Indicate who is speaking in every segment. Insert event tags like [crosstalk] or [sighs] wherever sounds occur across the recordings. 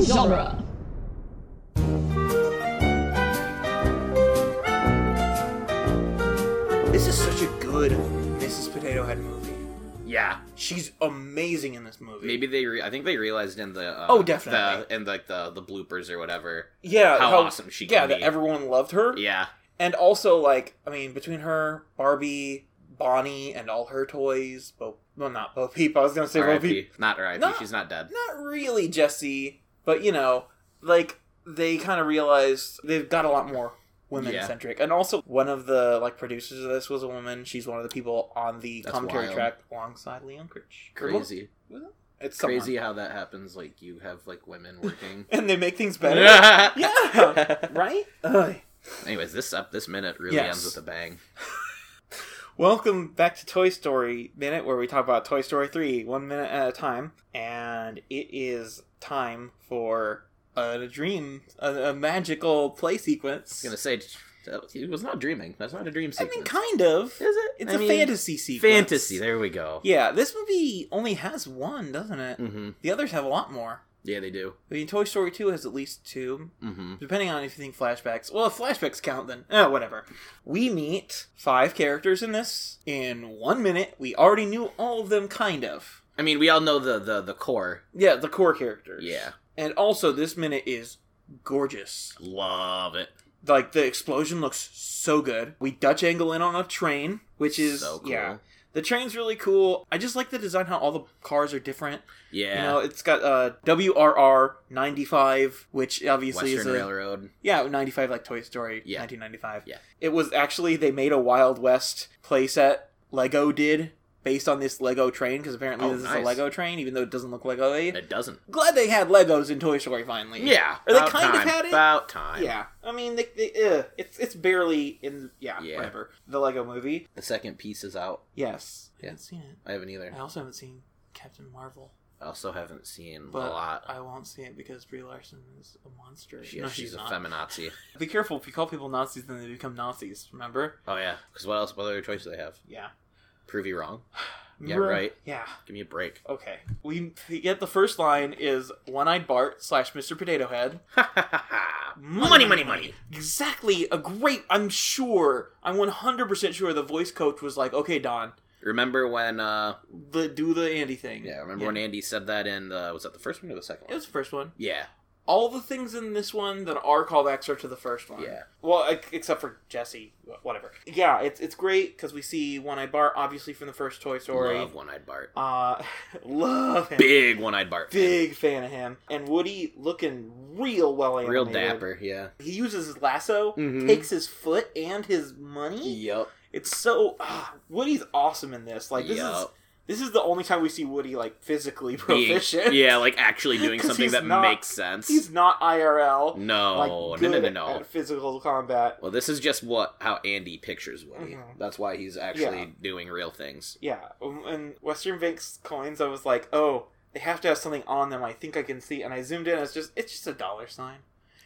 Speaker 1: genre.
Speaker 2: This is such a good Mrs. Potato Head movie.
Speaker 3: Yeah.
Speaker 2: She's amazing in this movie.
Speaker 3: Maybe they. Re- I think they realized in the. Uh,
Speaker 2: Oh, definitely.
Speaker 3: The, in like the the bloopers or whatever.
Speaker 2: yeah,
Speaker 3: how awesome she
Speaker 2: Yeah,
Speaker 3: can
Speaker 2: that
Speaker 3: be.
Speaker 2: everyone loved her.
Speaker 3: Yeah.
Speaker 2: And also, like, I mean, between her, Barbie, Bonnie, and all her toys, Bo well, not Bo Peep. I was gonna say Bo Peep.
Speaker 3: R.I.P. Not R.I.P.
Speaker 2: No.
Speaker 3: She's not dead.
Speaker 2: Not really Jesse, but you know, like they kind of realized they've got a lot more women centric. And also, one of the like producers of this was a woman. She's one of the people on the
Speaker 3: That's
Speaker 2: commentary
Speaker 3: wild.
Speaker 2: track alongside Leon Critch.
Speaker 3: Crazy.
Speaker 2: It's someone.
Speaker 3: Crazy how that happens. Like you have like women working.
Speaker 2: And they make things [laughs] better.
Speaker 3: yeah.
Speaker 2: yeah. Right? Ugh.
Speaker 3: [laughs] Anyways, this up this minute really
Speaker 2: Yes.
Speaker 3: ends with a bang.
Speaker 2: Welcome back to Toy Story Minute, where we talk about Toy Story 3 one minute at a time. And it is time for a dream, a, a magical play sequence.
Speaker 3: I was gonna say he was not dreaming. That's not a dream
Speaker 2: I
Speaker 3: sequence.
Speaker 2: mean, kind of.
Speaker 3: Is it?
Speaker 2: It's
Speaker 3: a
Speaker 2: a fantasy sequence.
Speaker 3: Fantasy. There we go.
Speaker 2: Yeah, this movie only has one, doesn't it?
Speaker 3: Mm-hmm.
Speaker 2: The others have a lot more.
Speaker 3: Yeah, they do.
Speaker 2: I mean, Toy Story 2 has at least two,
Speaker 3: Mm-hmm.
Speaker 2: depending on if you think flashbacks. Well, if flashbacks count, then eh, whatever. We meet five characters in this in one minute. We already knew all of them, kind of.
Speaker 3: I mean, we all know the the the core.
Speaker 2: Yeah, the core characters.
Speaker 3: Yeah,
Speaker 2: and also this minute is gorgeous.
Speaker 3: love it.
Speaker 2: Like the explosion looks so good. We Dutch angle in on a train, which is
Speaker 3: so cool.
Speaker 2: yeah. The train's really cool. I just like the design how all the cars are different.
Speaker 3: Yeah.
Speaker 2: You know, it's got uh WRR 95, which obviously is
Speaker 3: Western
Speaker 2: a
Speaker 3: Railroad.
Speaker 2: yeah, 95 like Toy Story
Speaker 3: Yeah.
Speaker 2: 1995.
Speaker 3: Yeah.
Speaker 2: It was actually they made a Wild West playset Lego did based on this Lego train because apparently
Speaker 3: Oh,
Speaker 2: this is a
Speaker 3: nice.
Speaker 2: Lego train even though it doesn't look Lego.
Speaker 3: It doesn't.
Speaker 2: Glad they had Legos in Toy Story finally.
Speaker 3: Yeah.
Speaker 2: Or they
Speaker 3: about
Speaker 2: kind of
Speaker 3: time.
Speaker 2: had it.
Speaker 3: About time.
Speaker 2: Yeah, I mean, they, they, uh, it's it's barely in. Yeah,
Speaker 3: Yeah.
Speaker 2: whatever. The Lego Movie.
Speaker 3: The second piece is out.
Speaker 2: Yes, I
Speaker 3: Yeah.
Speaker 2: haven't seen it.
Speaker 3: I haven't either.
Speaker 2: I also haven't seen Captain Marvel,
Speaker 3: I also haven't seen
Speaker 2: but
Speaker 3: a lot.
Speaker 2: I won't see it because Brie Larson is a monster.
Speaker 3: She-
Speaker 2: no,
Speaker 3: she's,
Speaker 2: she's,
Speaker 3: a
Speaker 2: not.
Speaker 3: feminazi.
Speaker 2: Be careful if you call people Nazis, then they become Nazis. Remember?
Speaker 3: Oh yeah. Because what else? What other choice do they have?
Speaker 2: Yeah.
Speaker 3: Prove you wrong. Yeah,
Speaker 2: Remember?
Speaker 3: right.
Speaker 2: Yeah.
Speaker 3: Give me a break. [laughs]
Speaker 2: Okay. We get the first line is one-eyed Bart slash Mr. Potato Head.
Speaker 3: money, money, money.
Speaker 2: Exactly. A great. I'm sure. I'm 100 percent sure the voice coach was like, "Okay, Don,
Speaker 3: Remember when? uh
Speaker 2: the do the Andy thing."
Speaker 3: Yeah. Remember when Andy said that in the was that the first one or the second
Speaker 2: It
Speaker 3: one?
Speaker 2: was the first one.
Speaker 3: Yeah.
Speaker 2: All the things in this one that are callbacks are to the first one.
Speaker 3: Yeah.
Speaker 2: Well, ex- except for Jesse, wh- whatever. Yeah, it's it's great because we see One Eyed Bart, obviously from the first Toy Story.
Speaker 3: Love one-eyed Bart.
Speaker 2: Uh, [laughs] love him.
Speaker 3: Big one-eyed Bart. fan.
Speaker 2: Big fan of him. And Woody looking real well animated.
Speaker 3: Real dapper. Yeah.
Speaker 2: He uses his lasso,
Speaker 3: Mhm.
Speaker 2: takes his foot and his money.
Speaker 3: Yup.
Speaker 2: It's so ah, Woody's awesome in this. Like this is
Speaker 3: Yup.
Speaker 2: this is the only time we see Woody like physically [laughs]
Speaker 3: Being-
Speaker 2: proficient.
Speaker 3: yeah, like actually doing
Speaker 2: 'Cause
Speaker 3: something
Speaker 2: he's
Speaker 3: that
Speaker 2: not-
Speaker 3: makes
Speaker 2: [laughs]
Speaker 3: sense.
Speaker 2: He's not IRL. like
Speaker 3: No,
Speaker 2: good
Speaker 3: no, no, no, no.
Speaker 2: at physical combat.
Speaker 3: Well, this is just what how Andy pictures Woody.
Speaker 2: Mhm.
Speaker 3: That's why he's actually
Speaker 2: Yeah.
Speaker 3: doing real things.
Speaker 2: Yeah, um, and Western Bank's coins, I was like, oh, they have to have something on them. I think I can see, and I zoomed in. It's just it's just a dollar sign.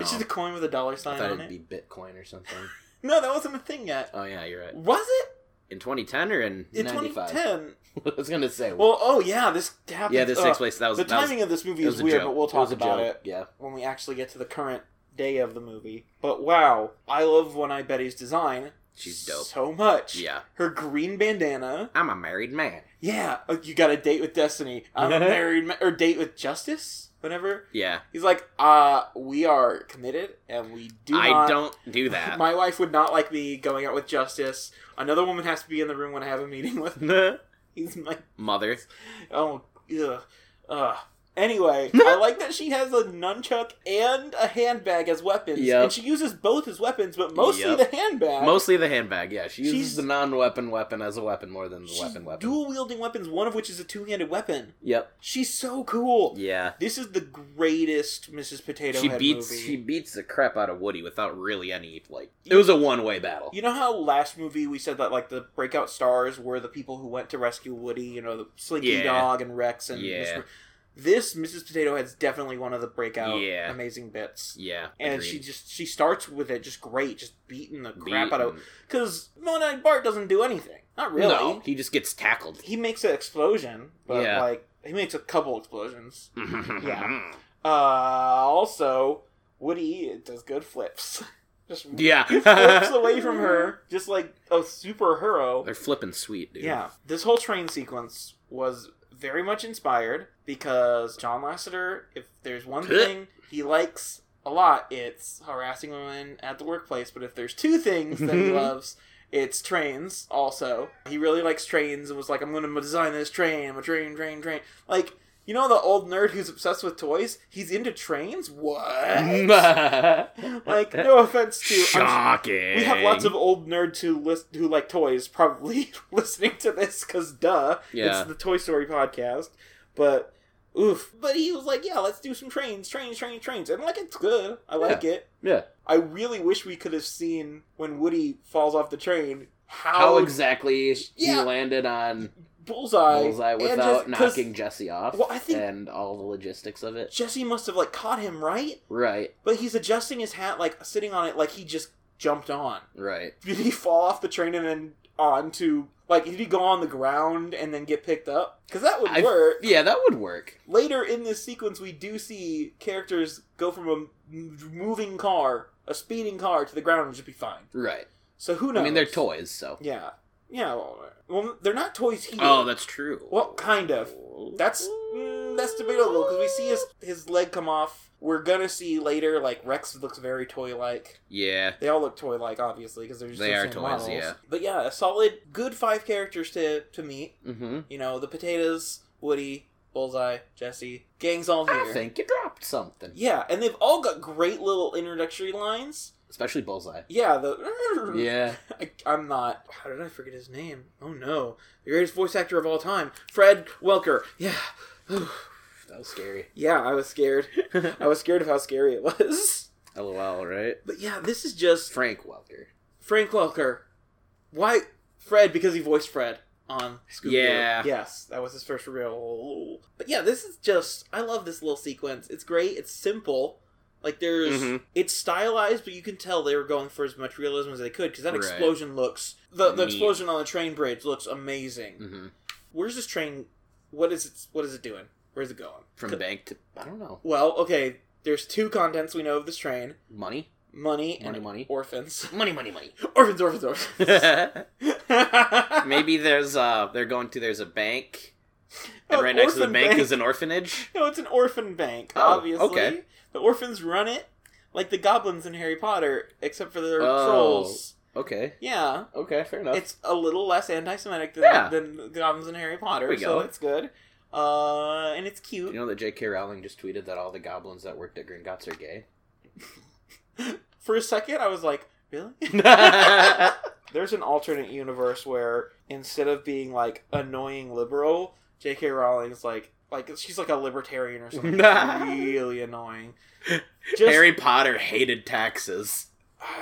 Speaker 2: It's
Speaker 3: Oh.
Speaker 2: just a coin with a dollar
Speaker 3: I
Speaker 2: sign
Speaker 3: thought
Speaker 2: on
Speaker 3: it'd
Speaker 2: it.
Speaker 3: be Bitcoin or something.
Speaker 2: No, that wasn't a thing yet.
Speaker 3: oh yeah, you're right.
Speaker 2: Was it
Speaker 3: In 2010 or in,
Speaker 2: in
Speaker 3: 95?
Speaker 2: 2010?
Speaker 3: [laughs] I was gonna say.
Speaker 2: Well, oh yeah, this happened.
Speaker 3: yeah, this
Speaker 2: Ugh.
Speaker 3: takes place. That was
Speaker 2: the
Speaker 3: that was-
Speaker 2: timing of this movie
Speaker 3: it was
Speaker 2: is
Speaker 3: a
Speaker 2: weird,
Speaker 3: joke.
Speaker 2: but we'll
Speaker 3: It
Speaker 2: talk
Speaker 3: was a
Speaker 2: about
Speaker 3: joke,
Speaker 2: it
Speaker 3: Yeah,
Speaker 2: when we actually get to the current day of the movie. But wow, I love One Eyed Betty's design.
Speaker 3: she's dope.
Speaker 2: So much.
Speaker 3: Yeah,
Speaker 2: Her green bandana.
Speaker 3: I'm a married man.
Speaker 2: Yeah, oh, you got a date with Destiny. I'm a married ma- or date with Justice. Whatever.
Speaker 3: Yeah,
Speaker 2: He's like, uh, we are committed and we do
Speaker 3: I
Speaker 2: not.
Speaker 3: don't
Speaker 2: [laughs]
Speaker 3: do that.
Speaker 2: My wife would not like me going out with Justice. Another woman has to be in the room when I have a meeting [laughs] with. He's like,
Speaker 3: [laughs] Mother.
Speaker 2: oh, ugh, ugh.
Speaker 3: [laughs]
Speaker 2: Anyway, I like that she has a nunchuck and a handbag as weapons,
Speaker 3: Yep.
Speaker 2: and she uses both as weapons, but mostly
Speaker 3: Yep.
Speaker 2: the handbag.
Speaker 3: Mostly the handbag. Yeah, she uses
Speaker 2: Uh, She's-
Speaker 3: the non-weapon weapon as a weapon more than the
Speaker 2: She's
Speaker 3: weapon weapon.
Speaker 2: dual wielding weapons, one of which is a two handed weapon.
Speaker 3: Yep.
Speaker 2: She's so cool.
Speaker 3: Yeah.
Speaker 2: This is the greatest Mrs. Potato
Speaker 3: she
Speaker 2: Head
Speaker 3: beats
Speaker 2: movie.
Speaker 3: she beats the crap out of Woody without really any like it was a one way battle.
Speaker 2: You know how last movie we said that like the breakout stars were the people who went to rescue Woody, you know, the Slinky
Speaker 3: Yeah.
Speaker 2: Dog and Rex and
Speaker 3: Yeah.
Speaker 2: Mr. This Mrs. Potato Head's definitely one of the breakout
Speaker 3: Yeah.
Speaker 2: amazing bits.
Speaker 3: Yeah,
Speaker 2: And
Speaker 3: agreed.
Speaker 2: she just she starts with it just great, just beating the crap
Speaker 3: Beat
Speaker 2: out of
Speaker 3: and-
Speaker 2: because Mona and Bart doesn't do anything. Not really.
Speaker 3: No, he just gets [laughs] tackled.
Speaker 2: He makes an explosion, but
Speaker 3: Yeah.
Speaker 2: like he makes a couple explosions.
Speaker 3: yeah,
Speaker 2: Uh, also, Woody does good flips. [laughs] Just
Speaker 3: Yeah. [laughs]
Speaker 2: flips away from her, just like a superhero.
Speaker 3: They're flipping sweet, dude. [laughs]
Speaker 2: Yeah, this whole train sequence was very much inspired because John Lasseter, if there's one thing he likes a lot, it's harassing women at the workplace. But if there's two things that he loves, it's trains. Also, he really likes trains and was like, "I'm going to design this train. I'm a train, train, train." Like. You know the old nerd who's obsessed with toys? He's into trains?
Speaker 3: [laughs]
Speaker 2: What? like, no offense to. I'm-
Speaker 3: Shocking.
Speaker 2: we have lots of old nerds who list who like toys probably [laughs] listening to this because duh,
Speaker 3: Yeah.
Speaker 2: it's the Toy Story podcast. But oof, but he was like, yeah, let's do some trains, trains, trains, trains, and like it's good. I like it.
Speaker 3: Yeah.
Speaker 2: I really wish we could have seen when Woody falls off the train how,
Speaker 3: How exactly he
Speaker 2: Yeah.
Speaker 3: landed on
Speaker 2: bullseye,
Speaker 3: Bullseye
Speaker 2: and
Speaker 3: without
Speaker 2: just- 'cause
Speaker 3: knocking Jesse off
Speaker 2: Well, I think-
Speaker 3: and all the logistics of it.
Speaker 2: Jesse must have like caught him right,
Speaker 3: Right,
Speaker 2: but he's adjusting his hat like sitting on it like he just jumped on.
Speaker 3: right.
Speaker 2: did he fall off the train and then onto like did he go on the ground and then get picked up because that would
Speaker 3: I-
Speaker 2: work
Speaker 3: Yeah, that would work.
Speaker 2: later in this sequence we do see characters go from a m- moving car a speeding car to the ground and just be fine
Speaker 3: Right.
Speaker 2: so who knows
Speaker 3: I mean, they're toys, so.
Speaker 2: yeah yeah well, well, they're not toys here
Speaker 3: Oh, that's true.
Speaker 2: well kind of that's mm, that's debatable because we see his his leg come off we're gonna see later like rex looks very toy like
Speaker 3: Yeah.
Speaker 2: they all look toy like, obviously, because they're just
Speaker 3: They
Speaker 2: the
Speaker 3: are
Speaker 2: same
Speaker 3: toys,
Speaker 2: models.
Speaker 3: yeah.
Speaker 2: But yeah, a solid, good five characters to to meet.
Speaker 3: Mm-hmm.
Speaker 2: You know, the potatoes, Woody, Bullseye, Jesse, gang's all here.
Speaker 3: I think you dropped something.
Speaker 2: Yeah, and they've all got great little introductory lines.
Speaker 3: Especially Bullseye.
Speaker 2: Yeah, the [laughs]
Speaker 3: Yeah.
Speaker 2: I, I'm not. How did I forget his name? Oh no, the greatest voice actor of all time, Fred Welker. Yeah,
Speaker 3: [laughs]
Speaker 2: [sighs]
Speaker 3: That was scary.
Speaker 2: yeah, I was
Speaker 3: [laughs]
Speaker 2: scared. I was scared of how scary it was. [laughs]
Speaker 3: LOL, right?
Speaker 2: But yeah, this is just
Speaker 3: Frank Welker.
Speaker 2: Frank Welker. Why Fred? Because he voiced Fred on Scooby.
Speaker 3: Yeah.
Speaker 2: Yes, that was his first real. But yeah, this is just. I love this little sequence. It's great. It's simple. Like there's,
Speaker 3: Mhm.
Speaker 2: it's stylized, but you can tell they were going for as much realism as they could because that
Speaker 3: Right.
Speaker 2: explosion looks. The, the
Speaker 3: Neat.
Speaker 2: explosion on the train bridge looks amazing.
Speaker 3: Mm-hmm.
Speaker 2: Where's this train? What is it? What is it doing? Where's it going?
Speaker 3: From
Speaker 2: Co-
Speaker 3: bank to, I don't know,
Speaker 2: well, okay. There's two contents we know of this train:
Speaker 3: [laughs] money?
Speaker 2: money,
Speaker 3: Money,
Speaker 2: and
Speaker 3: money.
Speaker 2: orphans.
Speaker 3: Money, money, money.
Speaker 2: [laughs] orphans, orphans,
Speaker 3: [laughs]
Speaker 2: orphans. [laughs]
Speaker 3: Maybe there's uh they're going to there's a bank and right next to the
Speaker 2: orphan
Speaker 3: bank, is an orphanage.
Speaker 2: [laughs] no, it's an orphan bank.
Speaker 3: Oh,
Speaker 2: obviously,
Speaker 3: okay.
Speaker 2: the orphans run it like the goblins in Harry Potter, except for their
Speaker 3: Oh.
Speaker 2: trolls.
Speaker 3: Okay.
Speaker 2: Yeah,
Speaker 3: Okay, fair enough.
Speaker 2: it's a little less anti-Semitic than,
Speaker 3: Yeah.
Speaker 2: than the goblins in Harry Potter,
Speaker 3: There we
Speaker 2: so
Speaker 3: go.
Speaker 2: it's good. Uh, and it's
Speaker 3: you
Speaker 2: cute.
Speaker 3: know that J.K. Rowling just tweeted that all the goblins that worked at Gringotts are [laughs] gay.
Speaker 2: For a second, I was like, really? [laughs] There's an alternate universe where instead of being like annoying liberal, J.K. Rowling's like like she's like a libertarian or something.
Speaker 3: [laughs]
Speaker 2: really annoying. Just,
Speaker 3: Harry Potter hated taxes.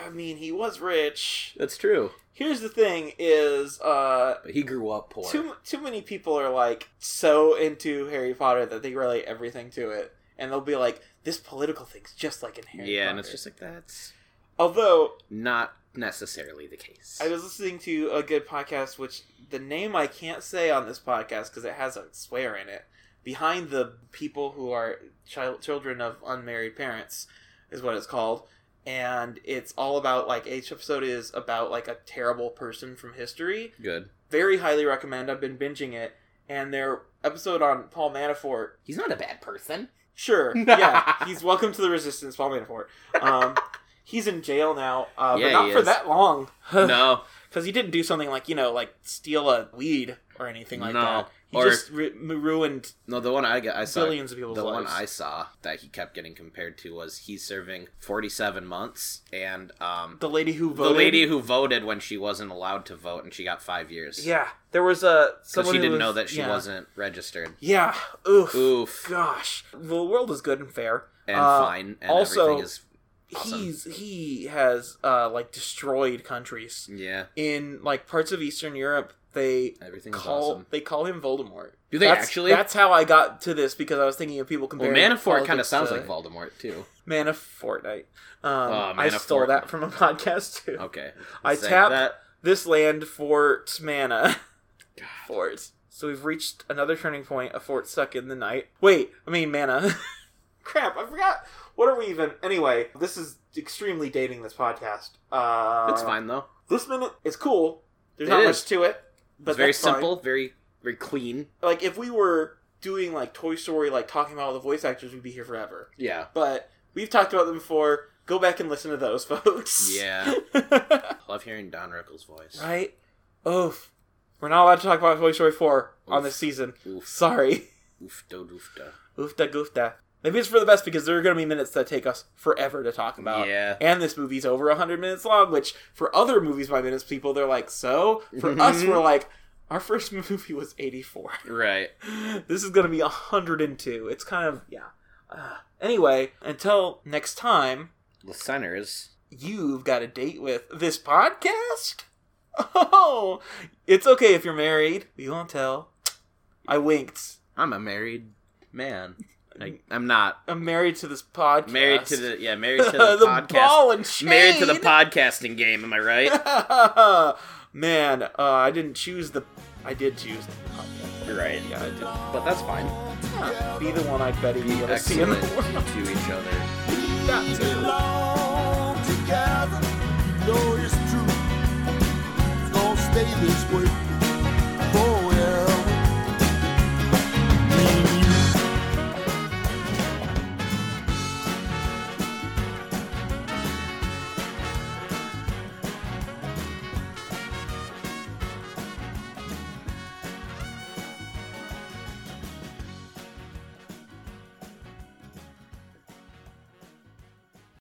Speaker 2: I mean, he was rich.
Speaker 3: That's true,
Speaker 2: Here's the thing: is uh,
Speaker 3: but he grew up poor.
Speaker 2: too too many people are like so into Harry Potter that they relate everything to it, and they'll be like, "This political thing's just like in Harry."
Speaker 3: yeah,
Speaker 2: Potter.
Speaker 3: and it's just like that's
Speaker 2: although
Speaker 3: not necessarily the case.
Speaker 2: I was listening to a good podcast, which the name I can't say on this podcast because it has a swear in it. Behind the people who are child children of unmarried parents is what it's called, and it's all about like each episode is about like a terrible person from history.
Speaker 3: Good.
Speaker 2: Very highly recommend. I've been binging it, and their episode on Paul Manafort.
Speaker 3: He's not a bad [laughs] person.
Speaker 2: Sure, yeah, he's welcome to the resistance, Paul Manafort. Um, he's in jail now, uh, but
Speaker 3: Yeah,
Speaker 2: not
Speaker 3: he
Speaker 2: for
Speaker 3: is.
Speaker 2: that long.
Speaker 3: [laughs] no,
Speaker 2: Because he didn't do something like, you know, like steal a weed or anything like
Speaker 3: No.
Speaker 2: that. He
Speaker 3: Or-
Speaker 2: just ru- m- ruined
Speaker 3: no. The one I got, I saw.
Speaker 2: billions of people's
Speaker 3: the one
Speaker 2: lives.
Speaker 3: I saw that he kept getting compared to was he's serving 47 months, and um,
Speaker 2: The lady who
Speaker 3: the
Speaker 2: voted.
Speaker 3: lady who voted when she wasn't allowed to vote, and she got five years.
Speaker 2: Yeah. There was a.
Speaker 3: because
Speaker 2: Someone
Speaker 3: she
Speaker 2: who
Speaker 3: didn't
Speaker 2: was-
Speaker 3: know that she
Speaker 2: yeah.
Speaker 3: wasn't registered.
Speaker 2: Yeah. Oof.
Speaker 3: Oof,
Speaker 2: Gosh. The world is good and fair.
Speaker 3: and
Speaker 2: Uh,
Speaker 3: fine, and
Speaker 2: also-
Speaker 3: everything is Awesome.
Speaker 2: He's he has uh like destroyed countries
Speaker 3: yeah,
Speaker 2: in like parts of Eastern Europe. They
Speaker 3: everything is
Speaker 2: call
Speaker 3: awesome.
Speaker 2: they call him Voldemort.
Speaker 3: Do they
Speaker 2: That's-
Speaker 3: actually?
Speaker 2: That's how I got to this because I was thinking of people
Speaker 3: well,
Speaker 2: comparing.
Speaker 3: Manafort kind of
Speaker 2: politics uh,
Speaker 3: sounds
Speaker 2: to-
Speaker 3: like Voldemort too.
Speaker 2: Man of Fortnite. Um, I
Speaker 3: Oh, Man of
Speaker 2: stole that
Speaker 3: Fortnite.
Speaker 2: from a [laughs] podcast too.
Speaker 3: Okay,
Speaker 2: I
Speaker 3: Say
Speaker 2: tap-
Speaker 3: that.
Speaker 2: This land fort mana. [laughs] fort. So we've reached another turning point. A fort stuck in the night. Wait, I mean mana. [laughs] crap, I forgot. What are we even? Anyway, this is extremely dating this podcast. Uh,
Speaker 3: it's fine though.
Speaker 2: This minute is cool. There's
Speaker 3: It
Speaker 2: not
Speaker 3: is.
Speaker 2: much to it, but
Speaker 3: it's very
Speaker 2: that's fine.
Speaker 3: simple, very very clean.
Speaker 2: Like if we were doing like Toy Story, like talking about all the voice actors, we'd be here forever.
Speaker 3: Yeah.
Speaker 2: But we've talked about them before. Go back and listen to those, [laughs] folks.
Speaker 3: Yeah.
Speaker 2: [laughs]
Speaker 3: Love hearing Don Rickles' voice.
Speaker 2: right. Oof. We're not allowed to talk about Toy Story four on
Speaker 3: Oof.
Speaker 2: this season.
Speaker 3: Oof,
Speaker 2: Sorry. [laughs]
Speaker 3: oof, do, oof, da.
Speaker 2: Oofda goofda. Maybe it's for the best because there are going to be minutes that take us forever to talk about.
Speaker 3: Yeah.
Speaker 2: And this movie's over 100 minutes long, which for other movies by minutes people, they're like, so? For
Speaker 3: [laughs]
Speaker 2: us, we're like, our first [laughs] movie was 84.
Speaker 3: Right.
Speaker 2: [laughs] this is going to be 102. It's kind of, yeah. Uh, anyway, until next time,
Speaker 3: The centers.
Speaker 2: you've got a date with this podcast? Oh, it's okay if you're married. We won't tell. I winked.
Speaker 3: I'm a married [laughs] man. I, I'm not
Speaker 2: I'm married to this podcast.
Speaker 3: married to the yeah married
Speaker 2: [laughs]
Speaker 3: [laughs] to the,
Speaker 2: the
Speaker 3: podcast.
Speaker 2: ball and chain.
Speaker 3: Married to the podcasting game. Am I right?
Speaker 2: pot. [laughs] Man, uh, I didn't choose the. I did choose the podcast.
Speaker 3: [laughs] You're right.
Speaker 2: Yeah, I did.
Speaker 3: But that's fine.
Speaker 2: Huh. Be the one I bet you want to see in
Speaker 3: Excellent
Speaker 2: the [laughs] world.
Speaker 3: to each other.
Speaker 2: Got to.
Speaker 1: belong together. You know it's true. It's gonna stay this way.